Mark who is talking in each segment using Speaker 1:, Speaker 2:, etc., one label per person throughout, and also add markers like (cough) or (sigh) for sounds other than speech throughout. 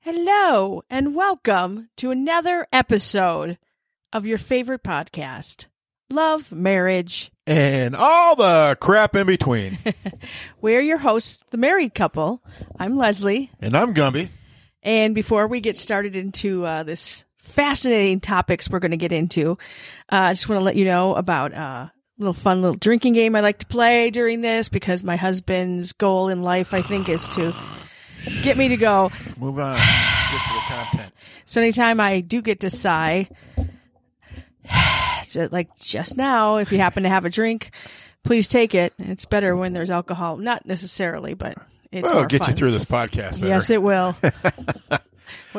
Speaker 1: Hello, and welcome to another episode of your favorite podcast, Love Marriage.
Speaker 2: and all the crap
Speaker 1: (laughs)
Speaker 2: in between.
Speaker 1: We're your hosts, the married couple. I'm Leslie.
Speaker 2: and I'm Gumby.
Speaker 1: And before we get started into uh, this fascinating topics we're going to get into, uh, I just want to let you know about uh, a little fun little drinking game I like to play during this because my husband's goal in life, I think, is to get me to go.
Speaker 2: Move on. Get to the content.
Speaker 1: So anytime I do get to sigh, (sighs) ju- like just now, if you happen to have a drink, please take it. It's better when there's alcohol, not necessarily, but it's
Speaker 2: Well,
Speaker 1: more
Speaker 2: get
Speaker 1: fun.
Speaker 2: you through this podcast. Better.
Speaker 1: Yes, it
Speaker 2: (laughs)
Speaker 1: will. what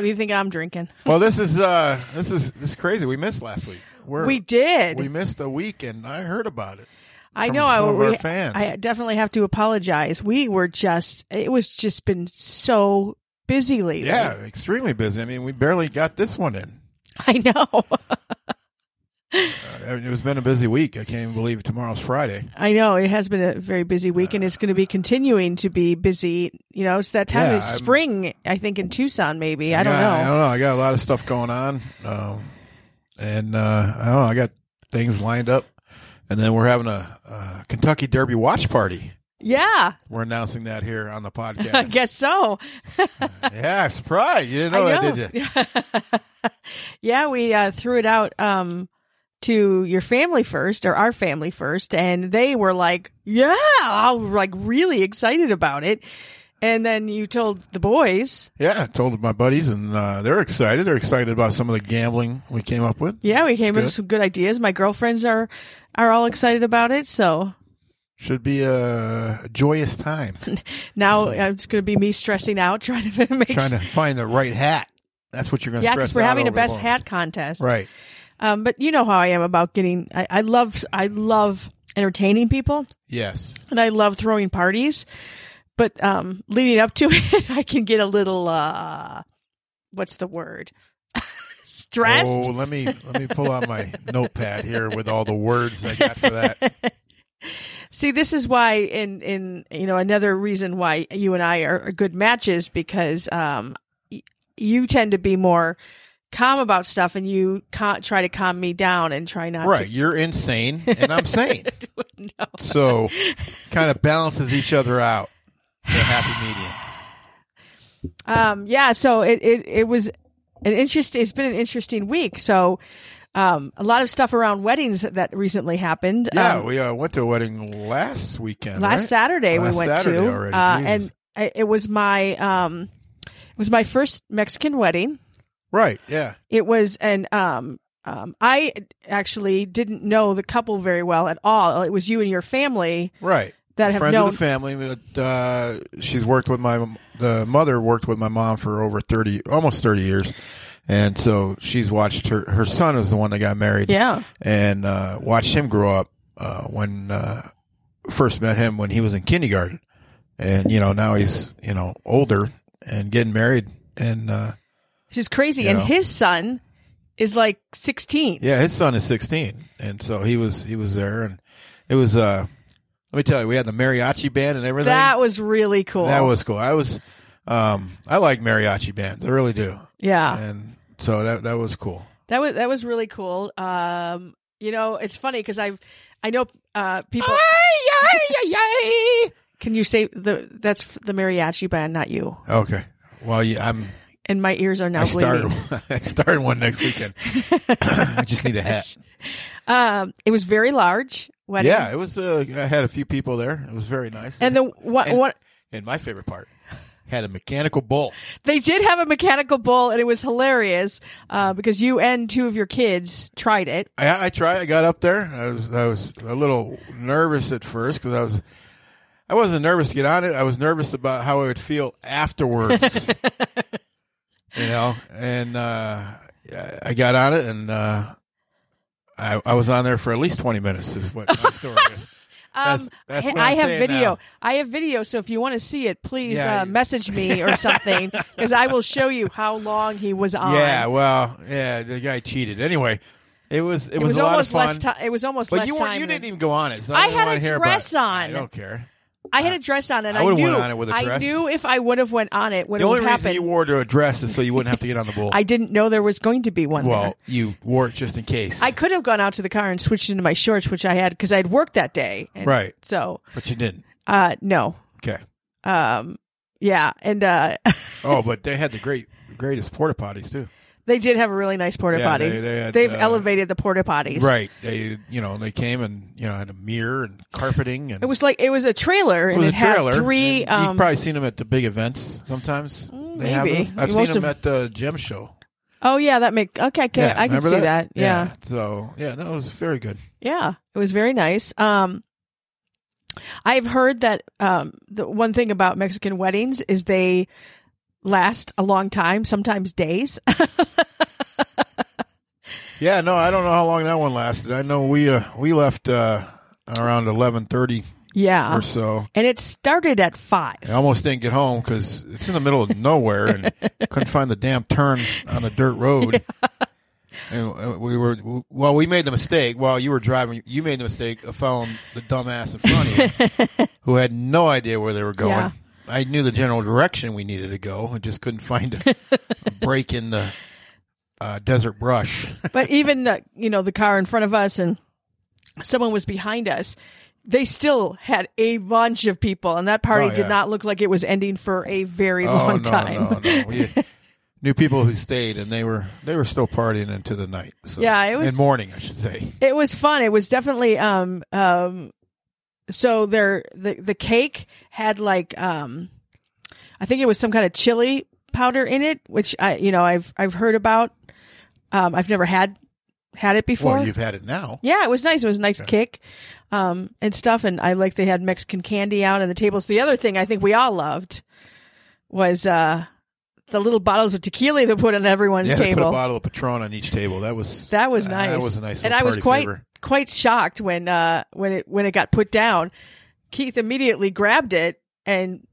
Speaker 1: do you think I'm drinking?
Speaker 2: well, this is uh, this is this is crazy. We missed last week. We're,
Speaker 1: We did.
Speaker 2: We missed a week, and I heard about it.
Speaker 1: I
Speaker 2: from
Speaker 1: know. I,
Speaker 2: some of our
Speaker 1: we-
Speaker 2: fans.
Speaker 1: I definitely have to apologize. We were just. It was just been so busy lately.
Speaker 2: Yeah, extremely busy. I mean, we barely got this one in.
Speaker 1: (laughs) I know.
Speaker 2: I mean, it's been a busy week. I can't even believe tomorrow's Friday.
Speaker 1: I know it has been a very busy week, and it's going to be continuing to be busy. You know, it's that time.
Speaker 2: Uh. Yeah,
Speaker 1: it's
Speaker 2: I'm-
Speaker 1: spring, I think, in Tucson. Maybe I don't
Speaker 2: Yeah, I
Speaker 1: know.
Speaker 2: don't know. I got a lot of stuff going on, um, and uh, I don't know. I got things lined up, and then we're having a, a Kentucky Derby watch party.
Speaker 1: Yeah,
Speaker 2: We're announcing that here
Speaker 1: (laughs)
Speaker 2: on the
Speaker 1: I
Speaker 2: podcast.
Speaker 1: guess so.
Speaker 2: yeah, surprise! You didn't know,
Speaker 1: I know.
Speaker 2: that, did you?
Speaker 1: yeah, we uh, threw it out um, to your family first, or our family first, and they were like, "Yeah," I was like really excited about it. And then you told the boys.
Speaker 2: Yeah, I told my buddies, and uh, they're excited. They're excited about some of the gambling we came up with.
Speaker 1: Yeah, we came up with
Speaker 2: good.
Speaker 1: some good ideas. My girlfriends are are all excited about it. So
Speaker 2: Should be a
Speaker 1: (laughs)
Speaker 2: joyous time
Speaker 1: now it's going to be me stressing out (laughs) trying to make
Speaker 2: trying to find the right hat. That's what you're going to
Speaker 1: Yeah,
Speaker 2: stress
Speaker 1: because we're
Speaker 2: out
Speaker 1: having a
Speaker 2: over
Speaker 1: best
Speaker 2: most.
Speaker 1: hat contest,
Speaker 2: Right.
Speaker 1: Um, but you know how I am about getting. I, I love, I love entertaining people,
Speaker 2: Yes.
Speaker 1: and I love throwing parties. But um, leading up to (laughs) it, I can get a little. Uh, what's the word? (laughs) Stressed.
Speaker 2: Oh, let me let me pull
Speaker 1: (laughs)
Speaker 2: out my notepad here with all the words I got for that.
Speaker 1: See, this is why, in in you know, another reason why you and I are, are good matches because um, y- you tend to be more calm about stuff, and you ca- try to calm me down and try not
Speaker 2: Right, you're insane, and
Speaker 1: (laughs)
Speaker 2: I'm sane.
Speaker 1: to. No.
Speaker 2: So, kind of balances each other out. The happy medium.
Speaker 1: um yeah so it it, it was an interest it's been an interesting week so um a lot of stuff around weddings that recently happened
Speaker 2: Yeah,
Speaker 1: um,
Speaker 2: we uh, went to a wedding last weekend.
Speaker 1: last
Speaker 2: right?
Speaker 1: saturday
Speaker 2: Last
Speaker 1: we went
Speaker 2: Saturday
Speaker 1: to
Speaker 2: already,
Speaker 1: uh
Speaker 2: Jesus.
Speaker 1: and I, it was my um it was my first mexican wedding
Speaker 2: right, yeah,
Speaker 1: it was an um um i actually didn't know the couple very well at all it was you and your family
Speaker 2: right.
Speaker 1: That have
Speaker 2: friends
Speaker 1: known-
Speaker 2: of the family. But, uh, she's worked with my the mother worked with my mom for over thirty, almost thirty years, and so she's watched her. Her son is the one that got married.
Speaker 1: yeah
Speaker 2: and uh, watched him grow up uh, when uh, first met him when he was in kindergarten, and you know now he's you know older and getting married, and uh,
Speaker 1: it's just crazy
Speaker 2: You
Speaker 1: and
Speaker 2: know.
Speaker 1: his son is like 16
Speaker 2: yeah, his son is sixteen, and so he was he was there, and it was uh, let me tell you, we had the mariachi band and everything.
Speaker 1: that was really cool
Speaker 2: That was cool. I was um, I like mariachi bands, I really do,
Speaker 1: yeah
Speaker 2: and so that that was cool.
Speaker 1: That was that was really cool. Um, you know, it's funny because I've I know uh people. (laughs) Can you say the that's the mariachi band, not you?
Speaker 2: Okay, well, yeah, I'm.
Speaker 1: And my ears are now
Speaker 2: I
Speaker 1: bleeding.
Speaker 2: started. (laughs) I started one
Speaker 1: (laughs)
Speaker 2: next weekend. I just need a hat.
Speaker 1: Um, it was very large wedding.
Speaker 2: Yeah, it was. Uh, I had a few people there. It was very nice.
Speaker 1: and the what
Speaker 2: and,
Speaker 1: what
Speaker 2: and my favorite part had a mechanical bull.
Speaker 1: they did have a mechanical bull, and it was hilarious uh, because you and two of your kids tried it.
Speaker 2: I, I tried. I got up there. I was I was a little nervous at first because I was I wasn't nervous to get on it. I was nervous about how I would feel afterwards.
Speaker 1: (laughs)
Speaker 2: you know, and uh, I- I got on it, and uh, I, I was on there for at least twenty minutes. Is what my story is.
Speaker 1: (laughs) Um,
Speaker 2: That's- that's
Speaker 1: I-
Speaker 2: what
Speaker 1: I
Speaker 2: I'm
Speaker 1: have
Speaker 2: saying
Speaker 1: video.
Speaker 2: now.
Speaker 1: I have video. So if you want to see it, please
Speaker 2: Yeah.
Speaker 1: uh, message me or something because I will show you how long he was on.
Speaker 2: (laughs) Yeah, well, yeah, the guy cheated. Anyway, it was it,
Speaker 1: it was,
Speaker 2: a lot of
Speaker 1: almost
Speaker 2: fun.
Speaker 1: less time. It was almost
Speaker 2: but
Speaker 1: less
Speaker 2: you weren't,
Speaker 1: time.
Speaker 2: you
Speaker 1: than-
Speaker 2: didn't even go on it. so
Speaker 1: I
Speaker 2: don't
Speaker 1: had
Speaker 2: wanna
Speaker 1: a
Speaker 2: hear about it.
Speaker 1: dress on.
Speaker 2: I don't care.
Speaker 1: I had a dress on, and
Speaker 2: I
Speaker 1: I,
Speaker 2: would've
Speaker 1: knew
Speaker 2: went on it with a
Speaker 1: I
Speaker 2: dress.
Speaker 1: knew if I would have went on it, would
Speaker 2: The
Speaker 1: have
Speaker 2: only
Speaker 1: happened.
Speaker 2: reason you wore to a dress is so you wouldn't have to get on the bull.
Speaker 1: (laughs) I didn't know there was going to be one. there.
Speaker 2: well, you wore it just in case.
Speaker 1: I could have gone out to the car and switched into my shorts, which I had because I had worked that day. And
Speaker 2: Right.
Speaker 1: So,
Speaker 2: but you didn't.
Speaker 1: uh, no.
Speaker 2: Okay.
Speaker 1: Um, yeah. And uh, (laughs)
Speaker 2: Oh, but they had the great greatest porta potties too.
Speaker 1: they did have a really nice porta
Speaker 2: Yeah,
Speaker 1: potty.
Speaker 2: they- they had,
Speaker 1: have
Speaker 2: uh,
Speaker 1: elevated the porta potties.
Speaker 2: Right. They you know, they came and you know, had a mirror and carpeting and
Speaker 1: It was like, it was a trailer
Speaker 2: it
Speaker 1: and
Speaker 2: was
Speaker 1: it,
Speaker 2: a trailer.
Speaker 1: had three.
Speaker 2: and
Speaker 1: Um, Mm,
Speaker 2: You've probably seen them at the big events sometimes. They have
Speaker 1: maybe.
Speaker 2: them. I've
Speaker 1: You
Speaker 2: seen
Speaker 1: must
Speaker 2: them
Speaker 1: have-
Speaker 2: at the gem show.
Speaker 1: oh, yeah. That make okay. I can, I can
Speaker 2: remember
Speaker 1: see that. Yeah.
Speaker 2: So yeah, that was very good.
Speaker 1: Yeah, it was very nice. Um, I've heard that um, the one thing about Mexican weddings is they last a long time, sometimes days. (laughs)
Speaker 2: Yeah, no, I don't know how long that one lasted. I know we uh, we left uh, around eleven thirty
Speaker 1: yeah,
Speaker 2: or so.
Speaker 1: and it started at five.
Speaker 2: I almost didn't get home because it's in the middle of nowhere
Speaker 1: (laughs)
Speaker 2: and couldn't find the damn turn on the dirt road. And uh, we were well. We made the mistake while you were driving. You made the mistake of following the dumbass in front
Speaker 1: (laughs)
Speaker 2: of you, who had no idea where they were going.
Speaker 1: Yeah.
Speaker 2: I knew the general direction we needed to go, and just couldn't find a,
Speaker 1: (laughs)
Speaker 2: a break in the uh, desert
Speaker 1: (laughs)
Speaker 2: brush.
Speaker 1: But even the, you know the car in front of us and someone was behind us. They still had a bunch of people, and that party
Speaker 2: Oh, yeah.
Speaker 1: did not look like it was ending for a very
Speaker 2: oh,
Speaker 1: long
Speaker 2: no,
Speaker 1: time.
Speaker 2: No, no, We had- knew people who stayed, and they were they were still partying into the night. So,
Speaker 1: Yeah, it was-
Speaker 2: and morning, I should say.
Speaker 1: It was fun. It was definitely um um so there the the cake had like um I think it was some kind of chili powder in it, which I you know I've I've heard about. Um I've never had had it before.
Speaker 2: Well, you've had it now.
Speaker 1: yeah, it was nice. It was a nice kick. Um and stuff and I like they had Mexican candy out on the tables. The other thing I think we all loved was uh the little bottles of tequila they put on everyone's
Speaker 2: Yeah, they put a
Speaker 1: table.
Speaker 2: bottle of Patron on each table. That was ah,
Speaker 1: That was nice.
Speaker 2: That was a nice.
Speaker 1: And I
Speaker 2: little
Speaker 1: was
Speaker 2: party
Speaker 1: quite
Speaker 2: favor.
Speaker 1: quite shocked when uh when it when it got put down. Keith immediately grabbed it and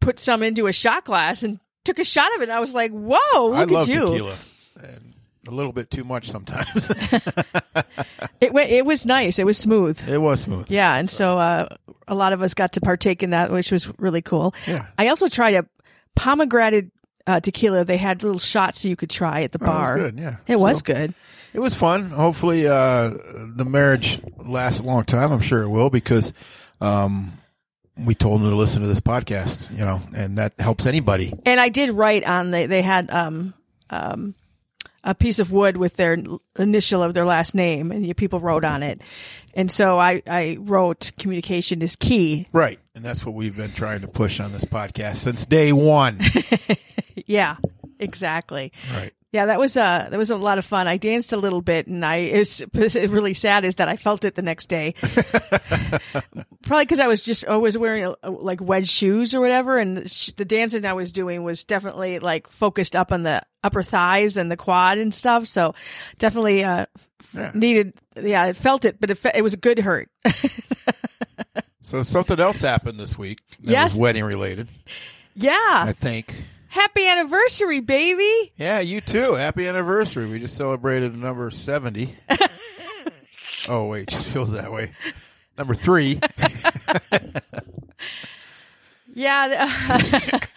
Speaker 1: put some into a shot glass and took a shot of it. And I was like, "Whoa, look
Speaker 2: I
Speaker 1: at
Speaker 2: love
Speaker 1: you!"
Speaker 2: tequila, and a little bit too much
Speaker 1: (laughs)
Speaker 2: sometimes. (laughs)
Speaker 1: It went. It was nice. It was smooth.
Speaker 2: it was smooth.
Speaker 1: Yeah, and so uh, a lot of us got to partake in that, which was really cool.
Speaker 2: Yeah.
Speaker 1: I also tried a pomegranate uh, tequila. They had little shots so you could try at the
Speaker 2: that Oh, was
Speaker 1: bar.
Speaker 2: good, yeah.
Speaker 1: it was
Speaker 2: So-
Speaker 1: good.
Speaker 2: It was fun. Hopefully, uh, the marriage lasts a long time. I'm sure it will because um, we told them to listen to this podcast, you know, and that helps anybody.
Speaker 1: and I did write on they they had um um a piece of wood with their initial of their last name and you, people wrote on it. And so I I wrote communication is key.
Speaker 2: Right. And that's what we've been trying to push on this podcast since
Speaker 1: (laughs)
Speaker 2: day one.
Speaker 1: Yeah, exactly.
Speaker 2: right.
Speaker 1: Yeah, that was uh that was a lot of fun. I danced a little bit and I (laughs) it's it really sad is that I felt it the next day. Probably cuz I was just always wearing uh, like wedge shoes or whatever and sh- the dancing I was doing was definitely like focused up on the upper thighs and the quad and stuff. So definitely uh f-
Speaker 2: Yeah.
Speaker 1: needed yeah, I felt it, but it, fe- it was a good hurt. (laughs)
Speaker 2: So something else happened this week that
Speaker 1: Yes. Uh,
Speaker 2: was wedding related, I
Speaker 1: yeah.
Speaker 2: think.
Speaker 1: Happy anniversary, baby.
Speaker 2: Yeah, you too. Happy anniversary. We just celebrated number
Speaker 1: (laughs)
Speaker 2: 70. oh, wait, just feels that way.
Speaker 1: (laughs)
Speaker 2: Number three.
Speaker 1: Yeah. th- (laughs)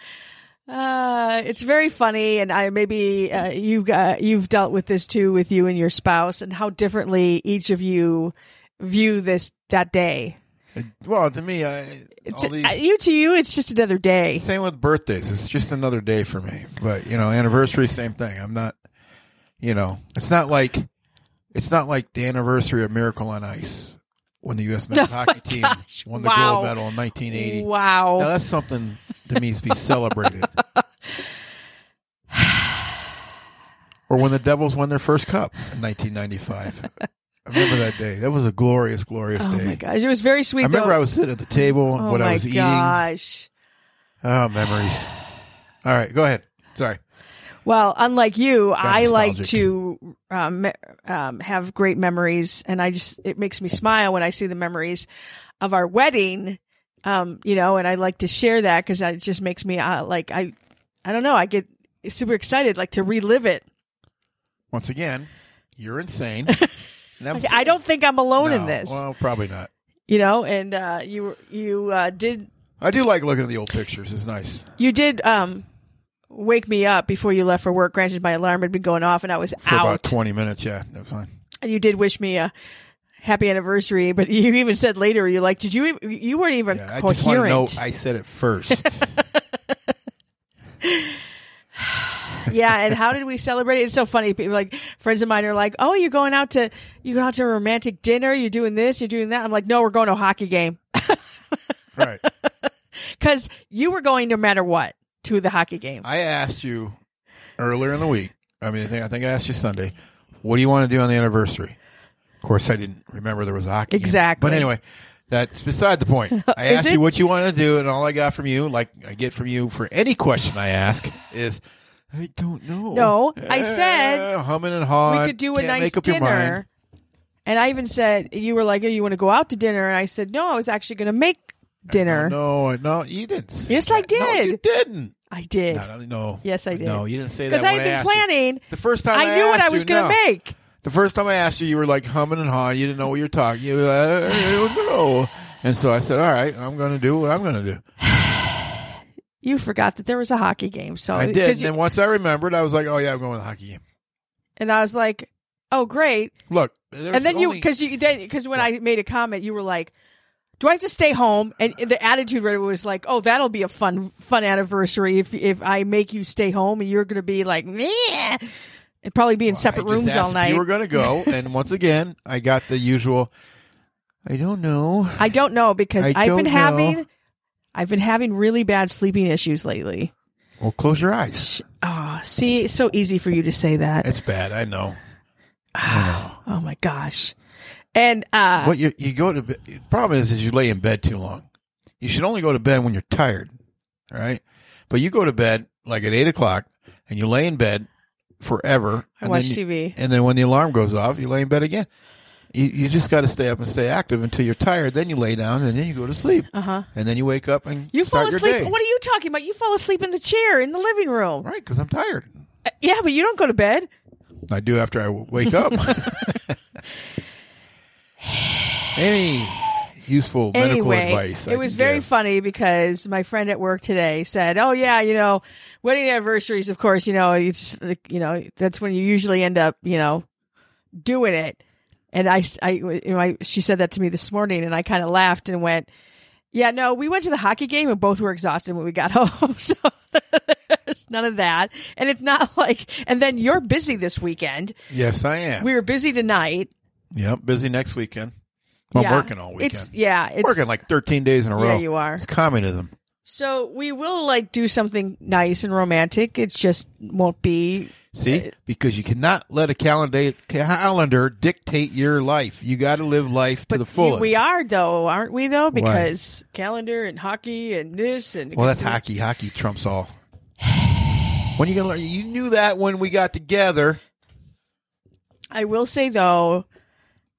Speaker 1: Uh, it's very funny, and I maybe uh, you've uh, you've dealt with this too with you and your spouse, and how differently each of you view this that day.
Speaker 2: Well, to me, I, all
Speaker 1: To-
Speaker 2: these,
Speaker 1: uh, you to you, it's just another day.
Speaker 2: same with birthdays. It's just another day for me. But, you know, anniversary, same thing. I'm not, you know, it's not like, it's not like the anniversary of Miracle on Ice when the
Speaker 1: (laughs)
Speaker 2: U.S. men's hockey team
Speaker 1: Oh gosh.
Speaker 2: won the
Speaker 1: Wow.
Speaker 2: gold medal in 1980.
Speaker 1: Wow.
Speaker 2: Now, that's something that needs to
Speaker 1: (sighs)
Speaker 2: be celebrated. or when the Devils won their first cup in 1995. I remember that day. That was a glorious, glorious
Speaker 1: Oh
Speaker 2: day.
Speaker 1: my gosh, it was very sweet.
Speaker 2: I remember
Speaker 1: though.
Speaker 2: I was sitting at the table and
Speaker 1: Oh
Speaker 2: what
Speaker 1: my
Speaker 2: I was eating.
Speaker 1: gosh.
Speaker 2: Oh, memories. All right, go ahead. Sorry.
Speaker 1: Well, unlike you, I like
Speaker 2: nostalgic.
Speaker 1: to um, me- um, have great memories, and I just it makes me smile when I see the memories of our wedding. Um, you know, and I like to share that because it just makes me uh, like I, I don't know, I get super excited like to relive it.
Speaker 2: Once again,
Speaker 1: (laughs)
Speaker 2: you're insane. And I'm
Speaker 1: I don't think I'm alone in
Speaker 2: No,
Speaker 1: this,
Speaker 2: Well, probably not.
Speaker 1: you know. And uh, you you uh, did
Speaker 2: I do like looking at the old pictures. It's nice.
Speaker 1: you did um, wake me up before you left for work. Granted, my alarm had been going off, and I was
Speaker 2: For
Speaker 1: out
Speaker 2: about 20 minutes, yeah, that was fine.
Speaker 1: and you did wish me a happy anniversary, but (laughs) you even said later, you're like, did you, you weren't even
Speaker 2: Yeah, I just want to
Speaker 1: coherent.
Speaker 2: know (laughs) I said
Speaker 1: (laughs)
Speaker 2: it first.
Speaker 1: yeah. And how did we celebrate it? It's so funny. People like friends of mine are like, oh, you're going out to, you're going out to a romantic dinner. You're doing this, you're doing that. I'm like, no, we're going to a hockey game (laughs)
Speaker 2: right.
Speaker 1: because you were going no matter what to the hockey game.
Speaker 2: I asked you earlier in the week. I mean, I think I, think I asked you Sunday. What do you want to do on the anniversary? Of course, I didn't remember there was a hockey. game.
Speaker 1: Exactly.
Speaker 2: But anyway, that's beside
Speaker 1: (laughs)
Speaker 2: the point. I
Speaker 1: Is
Speaker 2: asked
Speaker 1: it?
Speaker 2: you what you wanted to do, and all I got from you, like I get from you for any question I ask, is I don't know.
Speaker 1: No, I said
Speaker 2: Eh, humming and hawing.
Speaker 1: we could do a
Speaker 2: Can't
Speaker 1: nice
Speaker 2: make up your mind.
Speaker 1: dinner. And I even said, you were like, oh, you want to go out to dinner? And I said, no, I was actually going to make dinner.
Speaker 2: No, no, you didn't. say
Speaker 1: Yes, I
Speaker 2: that. No, you
Speaker 1: did.
Speaker 2: didn't.
Speaker 1: I did.
Speaker 2: No, no, no.
Speaker 1: Yes, I did.
Speaker 2: No, you didn't say that.
Speaker 1: Because I
Speaker 2: when
Speaker 1: had been
Speaker 2: asked you.
Speaker 1: planning.
Speaker 2: The first time I
Speaker 1: knew what
Speaker 2: asked
Speaker 1: I was
Speaker 2: you,
Speaker 1: going to
Speaker 2: no.
Speaker 1: make.
Speaker 2: The first time I asked you, you were like humming and hawing. You didn't know what you were talking. You were like, I don't know. And so I said, "All right, I'm going to do what I'm going to do."
Speaker 1: You forgot that there was a hockey game, so
Speaker 2: I
Speaker 1: Oh, 'cause
Speaker 2: did. And
Speaker 1: you-
Speaker 2: then once I remembered, I was like, "Oh yeah, I'm going to the hockey game."
Speaker 1: and I was like, "Oh, great!"
Speaker 2: Look,
Speaker 1: and then you, because you, then because when I made a comment, you were like, "Do I have to stay home?" And the attitude right away was like, "Oh, that'll be a fun, fun anniversary if if I make you stay home and you're going to be like, Meh! and probably be in separate rooms all night."
Speaker 2: You were going
Speaker 1: (laughs)
Speaker 2: to go, and once again, I got the usual. I don't know.
Speaker 1: I don't know because
Speaker 2: I
Speaker 1: have been
Speaker 2: don't know.
Speaker 1: having, I've been having really bad sleeping issues lately.
Speaker 2: Well, close your eyes.
Speaker 1: Oh, see, it's so easy for you to say that.
Speaker 2: It's bad. I know.
Speaker 1: Oh my gosh, and uh,
Speaker 2: What you you go to bed. The problem is, is you lay in bed too long. You should only go to bed when you're tired, all right? But you go to bed like at eight o'clock, and you lay in bed forever.
Speaker 1: I
Speaker 2: and
Speaker 1: watch
Speaker 2: then you-
Speaker 1: TV.
Speaker 2: and then when the alarm goes off, you lay in bed again. You, you just got to stay up and stay active until you're tired. Then you lay down, and then you go to sleep. Uh huh. And then you wake up and
Speaker 1: Uh-huh. You fall
Speaker 2: start
Speaker 1: asleep.
Speaker 2: Your day.
Speaker 1: What are you talking about? You fall asleep in the chair in the living room.
Speaker 2: Right, because I'm tired.
Speaker 1: Uh, Yeah, but you don't go to bed.
Speaker 2: I do after I w-
Speaker 1: (laughs)
Speaker 2: wake up. (laughs) Any useful medical
Speaker 1: anyway,
Speaker 2: advice? I
Speaker 1: it was
Speaker 2: can
Speaker 1: very
Speaker 2: give?
Speaker 1: funny because my friend at work today said, "Oh yeah, you know, wedding anniversaries. Of course, you know, it's like, you know that's when you usually end up, you know, doing it." And I, s- I- you know, I- she said that to me this morning, and I kind of laughed and went, "Yeah, no, we went to the hockey game and both were exhausted when we got (laughs) home, so." there's None of that. And it's not (laughs) like, and then you're busy this weekend.
Speaker 2: Yes, I am.
Speaker 1: We were busy tonight.
Speaker 2: Yep, busy next weekend. I'm
Speaker 1: Yeah.
Speaker 2: working all weekend.
Speaker 1: It's, yeah, it's
Speaker 2: working like 13 days in a row.
Speaker 1: Yeah, you are.
Speaker 2: It's communism.
Speaker 1: so we will like do something nice and romantic. It just won't be. Uh,
Speaker 2: See, because you cannot let a calendar calendar dictate your life. You got to live life to the fullest.
Speaker 1: We are though, aren't we though? Because calendar and hockey and this and
Speaker 2: Well, that's hockey. Hockey trumps all. When you gonna learn? You knew that when we got together.
Speaker 1: I will say though,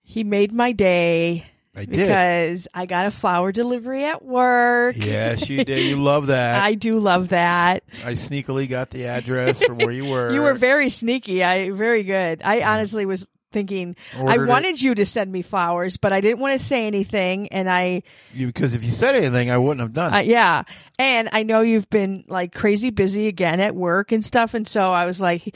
Speaker 1: he made my day
Speaker 2: I did.
Speaker 1: because I got a flower delivery at work.
Speaker 2: Yes, you did.
Speaker 1: (laughs)
Speaker 2: You love that.
Speaker 1: I do love that.
Speaker 2: I, sneakily got the address from where you
Speaker 1: (laughs)
Speaker 2: were.
Speaker 1: You were very sneaky. I very good. I honestly was thinking
Speaker 2: Ordered
Speaker 1: I
Speaker 2: it.
Speaker 1: wanted you to send me flowers, but I didn't want to say anything, and I
Speaker 2: You- because if you said anything, I wouldn't have done it.
Speaker 1: Uh, yeah. And I know you've been like crazy busy again at work and stuff. And so I was like,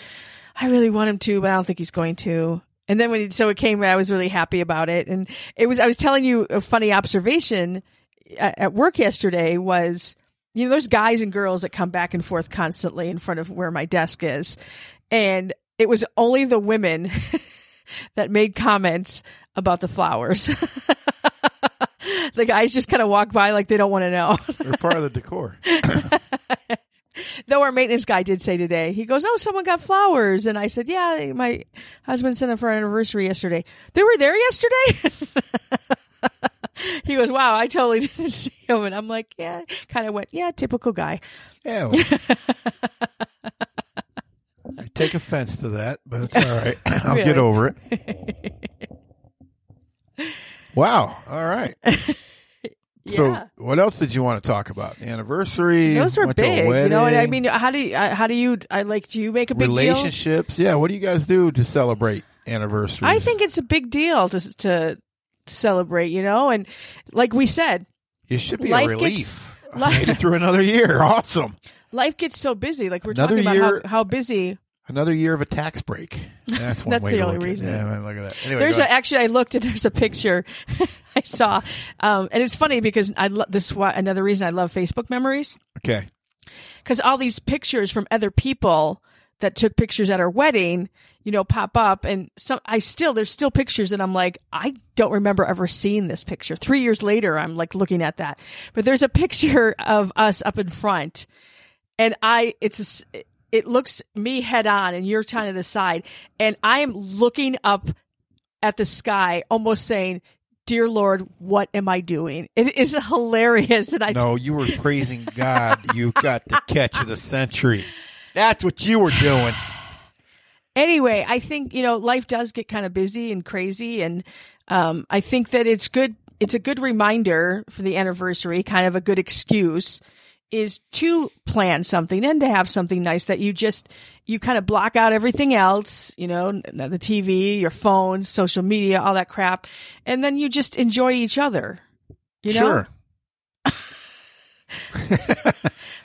Speaker 1: I really want him to, but I don't think he's going to. And then when he, so it came, I was really happy about it. And it was, I was telling you a funny observation uh, at, at work yesterday was, you know, there's guys and girls that come back and forth constantly in front of where my desk is. And it was only the women (laughs) that made comments about the flowers. (laughs) the guys just kind of walk by like they don't want to know.
Speaker 2: They're part of the decor.
Speaker 1: though our maintenance guy did say today. He goes, "Oh, someone got flowers," and I said, "Yeah, my husband sent them for our anniversary yesterday. They were there yesterday." (laughs) he goes, "Wow, I totally (laughs) didn't see him," and I'm like, "Yeah," kind of went, "Yeah, typical guy." (laughs)
Speaker 2: Yeah. well. I take offense to that, but it's
Speaker 1: (laughs)
Speaker 2: all right. I'll get
Speaker 1: Really?
Speaker 2: over it.
Speaker 1: (laughs)
Speaker 2: wow. All right.
Speaker 1: Yeah.
Speaker 2: So, what else did you want to talk about? The anniversary.
Speaker 1: Those were
Speaker 2: went to a
Speaker 1: big, you know. And I
Speaker 2: wedding,
Speaker 1: mean, how do you, uh, how do you? I like. Do you make a big deal?
Speaker 2: relationships. Yeah. What do you guys do to celebrate anniversaries?
Speaker 1: I think it's a big deal to to celebrate, you know. And like we said,
Speaker 2: it should be
Speaker 1: (laughs)
Speaker 2: a
Speaker 1: life
Speaker 2: relief.
Speaker 1: gets-
Speaker 2: I made it through another year. Awesome.
Speaker 1: life gets so busy. Like we're
Speaker 2: Another
Speaker 1: talking
Speaker 2: year-
Speaker 1: about how, how busy.
Speaker 2: Another year of a tax break. That's one
Speaker 1: That's
Speaker 2: way
Speaker 1: the
Speaker 2: to
Speaker 1: only
Speaker 2: look
Speaker 1: reason.
Speaker 2: At, it. yeah, man, look at that. Anyway,
Speaker 1: There's
Speaker 2: go
Speaker 1: a,
Speaker 2: ahead.
Speaker 1: actually, I looked and (laughs) there's a picture I saw, um, and it's funny because I love this. is Why another reason I love Facebook memories
Speaker 2: okay.
Speaker 1: because all these pictures from other people that took pictures at our wedding, you know, pop up, and some I still there's still pictures that I'm like I don't remember ever seeing this picture. Three years later, I'm like looking at that, but there's a picture (laughs) of us up in front, and I it's a s it looks me head on and you're kind of the side, and I am looking up at the sky, almost saying. Dear Lord, what am I doing? It is (laughs) hilarious, and I (laughs)
Speaker 2: No, you were praising God. you got the catch of the century. That's what you were doing.
Speaker 1: anyway, I think you know life does get kind of busy and crazy, and um, I think that it's good. It's a good reminder for the anniversary, kind of a good excuse, is to plan something and to have something nice that you just you kind of block out everything else, you know, n- the TV, your phones, social media, all that crap, and then you just enjoy each other. You know?
Speaker 2: sure.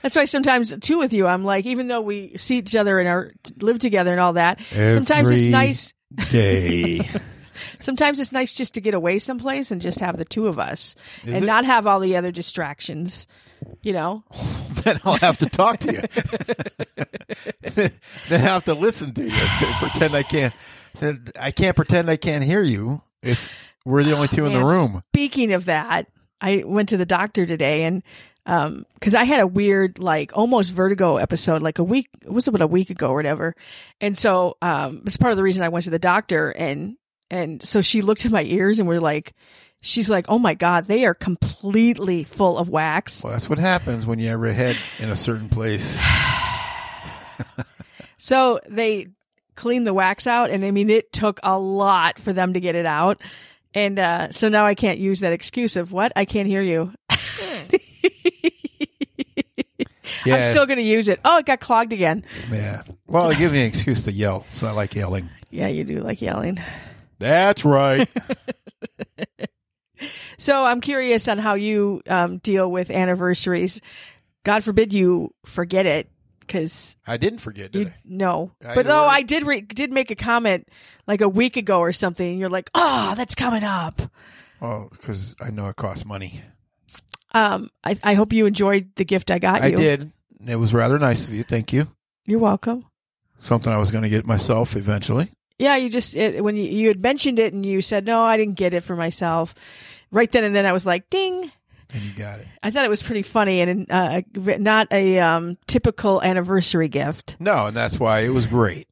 Speaker 1: That's why sometimes too with you, I'm like, even though we see each other and are live together and all that, sometimes it's
Speaker 2: Every
Speaker 1: nice
Speaker 2: Day.
Speaker 1: (laughs) sometimes it's nice just to get away someplace and just have the two of us and
Speaker 2: it?
Speaker 1: not have all the other distractions you know
Speaker 2: then I'll have to talk to you. (laughs) then I'll have to listen to you. Pretend I can't. I can't pretend I can't hear you if we're the only two in the
Speaker 1: Man,
Speaker 2: room.
Speaker 1: speaking of that i went to the doctor today and um because i had a weird like almost vertigo episode like a week it was about a week ago or whatever and so um it's part of the reason i went to the doctor and and so she looked at my ears and we're like she's like oh my god they are completely full of wax
Speaker 2: Well, that's what happens when you have your head in a
Speaker 1: (laughs)
Speaker 2: certain place.
Speaker 1: So they cleaned the wax out, and I mean, it took a lot for them to get it out. And uh, so now I can't use that excuse of what? I can't hear you.
Speaker 2: Yeah.
Speaker 1: I'm still going to use it. Oh, it got clogged again.
Speaker 2: yeah. Well, it gives me an excuse to yell. So I like yelling.
Speaker 1: Yeah, you do like yelling.
Speaker 2: That's right.
Speaker 1: (laughs) So I'm curious on how you um, deal with anniversaries. God forbid you forget it because
Speaker 2: I didn't forget,
Speaker 1: you
Speaker 2: did I?
Speaker 1: no.
Speaker 2: I
Speaker 1: But though
Speaker 2: learned-
Speaker 1: I did re- did make a comment like a week ago or something, and you're like, "Oh, that's coming up."
Speaker 2: Oh, because I know it costs money.
Speaker 1: Um, I, I hope you enjoyed the gift I got
Speaker 2: I
Speaker 1: you.
Speaker 2: did. It was rather nice of you. Thank you.
Speaker 1: You're welcome.
Speaker 2: Something I was going to get myself eventually.
Speaker 1: Yeah, you just it, when you, you had mentioned it and you said no, I didn't get it for myself. Right then and then, I was like, ding.
Speaker 2: And you got it.
Speaker 1: I thought it was pretty funny and uh, not a um, typical anniversary gift.
Speaker 2: No, and that's why it was great.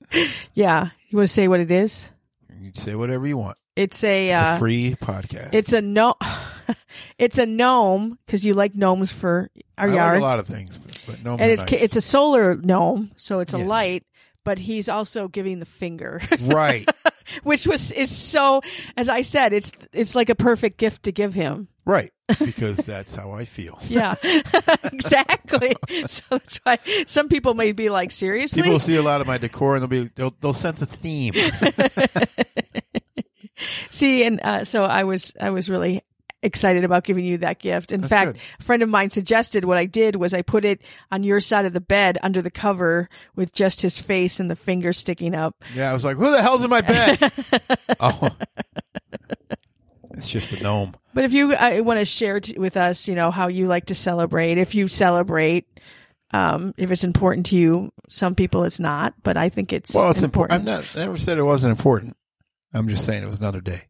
Speaker 1: Yeah, you want to say what it is?
Speaker 2: You say whatever you want.
Speaker 1: It's a
Speaker 2: It's a
Speaker 1: uh,
Speaker 2: free podcast.
Speaker 1: it's a no, (laughs) it's a gnome because you like gnomes for our
Speaker 2: I
Speaker 1: yard,
Speaker 2: like a lot of things, but, but no.
Speaker 1: and it's ca- it's a solar gnome, so it's a
Speaker 2: Yes. Mm.
Speaker 1: light. But he's also giving the finger. (laughs)
Speaker 2: right,
Speaker 1: which was is so as i said it's it's like a perfect gift to give him
Speaker 2: right, because that's how I feel.
Speaker 1: yeah (laughs) exactly so that's why some people may be like seriously
Speaker 2: People will see a lot of my decor and they'll be they'll, they'll sense a theme.
Speaker 1: see and uh, so i was i was really excited about giving you that gift in fact
Speaker 2: good.
Speaker 1: a friend of mine suggested what i did was i put it on your side of the bed under the cover with just his face and the finger sticking up
Speaker 2: Yeah, I was like, who the hell's in my
Speaker 1: (laughs)
Speaker 2: bed? oh, it's just a gnome.
Speaker 1: but if you uh, want to share t- with us you know how you like to celebrate if you celebrate um, if it's important to you some people it's not but i think it's
Speaker 2: Well, it's important.
Speaker 1: important
Speaker 2: I'm not. I never said it wasn't important. I'm just saying it was another day.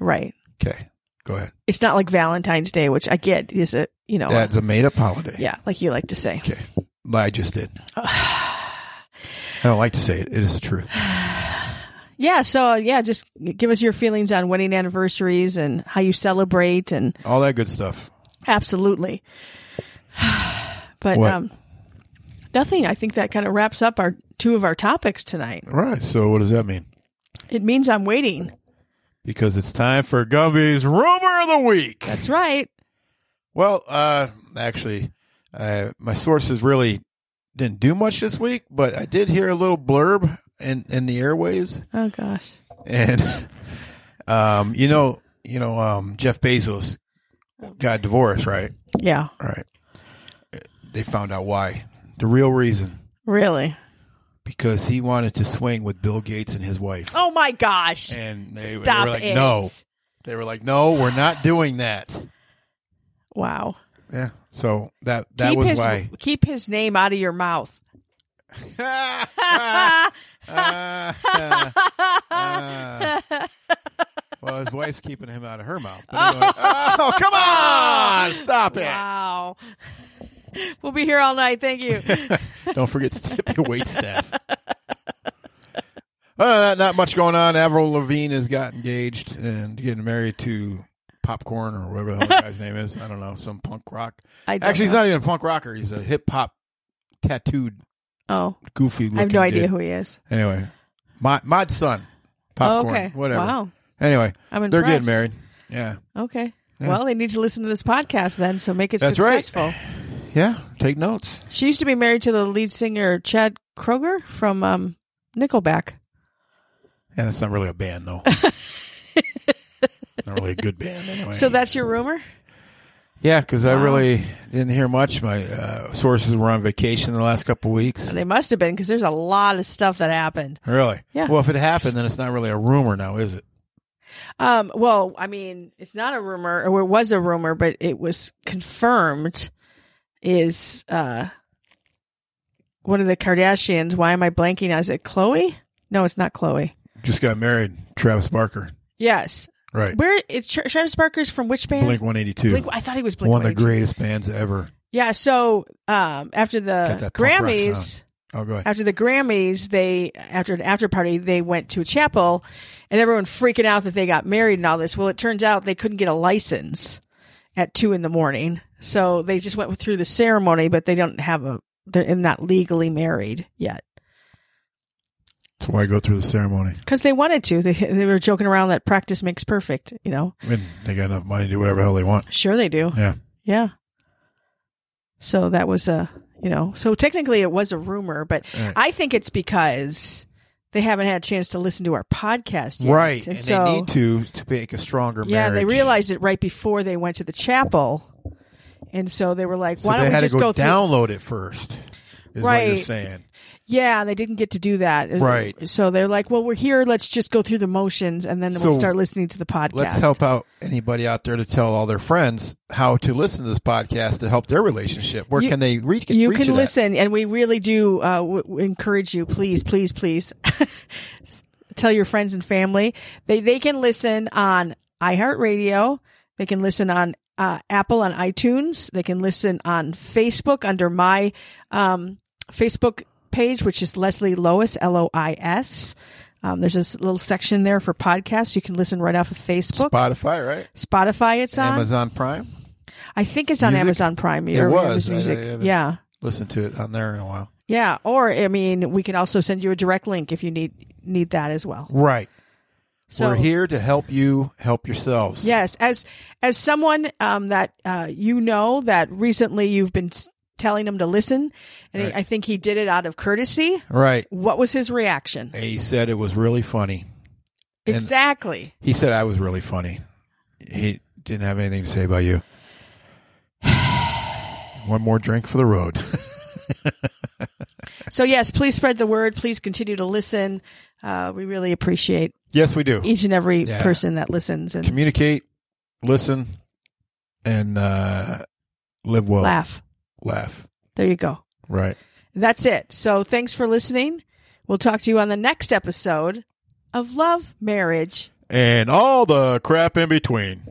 Speaker 1: right
Speaker 2: Okay, go ahead.
Speaker 1: it's not like valentine's day which i get is a you know
Speaker 2: That's a made up holiday.
Speaker 1: yeah like you like to say
Speaker 2: Okay. I
Speaker 1: (sighs)
Speaker 2: just did. I don't like to say it. It is the truth.
Speaker 1: Yeah. So uh, yeah, just give us your feelings on wedding anniversaries and how you celebrate, and
Speaker 2: All that good stuff.
Speaker 1: absolutely. (sighs) but
Speaker 2: What?
Speaker 1: um, nothing. I think that kind of wraps up our two of our topics tonight.
Speaker 2: All right. So what does that mean?
Speaker 1: It means I'm waiting.
Speaker 2: Because it's time for Gubby's rumor of the week.
Speaker 1: That's right.
Speaker 2: Well, uh, actually, uh, my sources really didn't do much this week, but I did hear a little blurb in, in the airwaves,
Speaker 1: Oh gosh.
Speaker 2: and (laughs) um, you know, you know, um, Jeff Bezos got divorced, right?
Speaker 1: Yeah.
Speaker 2: All right. They found out why. The real reason
Speaker 1: Really.
Speaker 2: because he wanted to swing with Bill Gates and his wife,
Speaker 1: Oh my gosh.
Speaker 2: and they, they
Speaker 1: Stop
Speaker 2: were like,
Speaker 1: it.
Speaker 2: "No." They were like, "No, we're not doing that."
Speaker 1: Wow.
Speaker 2: Yeah. So that that
Speaker 1: keep
Speaker 2: was
Speaker 1: his,
Speaker 2: why.
Speaker 1: Keep his name out of your mouth.
Speaker 2: (laughs) Well, his wife's keeping him out of her mouth. But anyway, oh, come on! Stop it!
Speaker 1: Wow. (laughs) We'll be here all night. Thank
Speaker 2: (laughs)
Speaker 1: you.
Speaker 2: Don't forget to tip your wait staff. (laughs) Uh, not much going on. Avril Lavigne has got engaged and getting married to Popcorn or whatever the hell the guy's name is. I don't know. Some punk rock.
Speaker 1: I don't
Speaker 2: Actually, he's
Speaker 1: know.
Speaker 2: not even a punk rocker. He's a hip hop tattooed,
Speaker 1: Oh,
Speaker 2: goofy looking
Speaker 1: I have no idea
Speaker 2: dude.
Speaker 1: who he is. Oh,
Speaker 2: Anyway, Mod, Mod's son, popcorn,
Speaker 1: okay.
Speaker 2: whatever.
Speaker 1: Wow.
Speaker 2: Anyway,
Speaker 1: I'm
Speaker 2: they're getting
Speaker 1: impressed.
Speaker 2: married. Yeah,
Speaker 1: Okay. Well, they need to listen to this podcast then, so make it
Speaker 2: That's right.
Speaker 1: successful.
Speaker 2: yeah. Take notes.
Speaker 1: She used to be married to the lead singer Chad Kroger from um, Nickelback.
Speaker 2: And it's not really a
Speaker 1: (laughs)
Speaker 2: band though. not really a good band anyway.
Speaker 1: So that's your rumor?
Speaker 2: yeah, because I really didn't hear much. My uh, sources were on vacation the last couple weeks.
Speaker 1: They must have been because there's a lot of stuff that happened.
Speaker 2: Really?
Speaker 1: Yeah.
Speaker 2: Well, if it happened, then it's not really a rumor now, is it?
Speaker 1: Um, well, I mean, it's not a rumor, or it was a rumor, but it was confirmed. Is uh, one of the Kardashians? Why am I blanking? on- Is it Chloe? No, it's not Chloe.
Speaker 2: Just got married, Travis Barker.
Speaker 1: Yes,
Speaker 2: Right.
Speaker 1: where it's Tra- Travis Barker's from which band?
Speaker 2: Blink One Eighty Two.
Speaker 1: Blink- I thought he was Blink.
Speaker 2: One of the
Speaker 1: 182.
Speaker 2: greatest bands ever.
Speaker 1: Yeah. So um, after
Speaker 2: Got
Speaker 1: the
Speaker 2: that punk rock
Speaker 1: Grammys,
Speaker 2: sound. Oh, go ahead.
Speaker 1: after the Grammys, they after an after party, they went to a chapel, and everyone freaking out that they got married and all this. Well, it turns out they couldn't get a license at two in the morning, so they just went through the ceremony, but they don't have a they're not legally married yet
Speaker 2: That's why I go through the ceremony.
Speaker 1: because they wanted to. They they were joking around that practice makes perfect. You know,
Speaker 2: And they got enough money to do whatever the hell they want.
Speaker 1: sure they do.
Speaker 2: Yeah.
Speaker 1: Yeah. So that was a, you know, so technically it was a rumor, but
Speaker 2: Right.
Speaker 1: I think it's because they haven't had a chance to listen to our podcast yet.
Speaker 2: Right.
Speaker 1: And,
Speaker 2: And,
Speaker 1: so,
Speaker 2: they need to to make a stronger
Speaker 1: yeah,
Speaker 2: marriage.
Speaker 1: they realized it right before they went to the chapel. And so they were like,
Speaker 2: So
Speaker 1: why
Speaker 2: they
Speaker 1: don't we
Speaker 2: had
Speaker 1: just
Speaker 2: to go,
Speaker 1: through?
Speaker 2: download it first. Is what
Speaker 1: Right.
Speaker 2: you're saying.
Speaker 1: Yeah, and they didn't get to do that. And
Speaker 2: Right.
Speaker 1: So they're like, well, we're here. Let's just go through the motions and then
Speaker 2: So
Speaker 1: we'll start listening to the podcast.
Speaker 2: Let's help out anybody out there to tell all their friends how to listen to this podcast to help their relationship. Where
Speaker 1: You-
Speaker 2: can they reach?
Speaker 1: you
Speaker 2: reach
Speaker 1: can
Speaker 2: it at?
Speaker 1: listen and we really do uh, w- w- encourage you please please please (laughs) tell your friends and family they they can listen on iheartradio they can listen on uh, apple on itunes they can listen on facebook under my um, facebook page which is leslie lois l-o-i-s um, there's this little section there for podcasts you can listen right off of facebook
Speaker 2: Spotify, right?
Speaker 1: spotify it's on
Speaker 2: Amazon Prime.
Speaker 1: i think it's on
Speaker 2: Music?
Speaker 1: amazon prime
Speaker 2: It
Speaker 1: or
Speaker 2: was.
Speaker 1: Amazon
Speaker 2: I- I
Speaker 1: music
Speaker 2: haven't-
Speaker 1: yeah
Speaker 2: Listen to it on there in a while.
Speaker 1: yeah, or I mean, we can also send you a direct link if you need need that as well.
Speaker 2: Right.
Speaker 1: So
Speaker 2: We're here to help you help yourselves.
Speaker 1: yes, as as someone um, that uh, you know that recently you've been s- telling him to listen, and I I think he did it out of courtesy.
Speaker 2: Right.
Speaker 1: What was his reaction?
Speaker 2: He said it was really funny. And-
Speaker 1: exactly.
Speaker 2: He said I was really funny. He didn't have anything to say about you. (sighs) One more drink for the road. (laughs)
Speaker 1: So yes, please spread the word. Please continue to listen. Uh, we really appreciate
Speaker 2: yes, we do.
Speaker 1: each and every
Speaker 2: Yeah.
Speaker 1: person that listens and
Speaker 2: Communicate, listen, and uh, live well.
Speaker 1: laugh.
Speaker 2: Laugh.
Speaker 1: There you go.
Speaker 2: Right.
Speaker 1: That's it. So thanks for listening. We'll talk to you on the next episode of Love Marriage.
Speaker 2: And all the crap in between.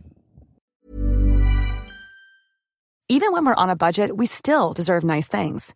Speaker 3: Even when we're on a budget, we still deserve nice things.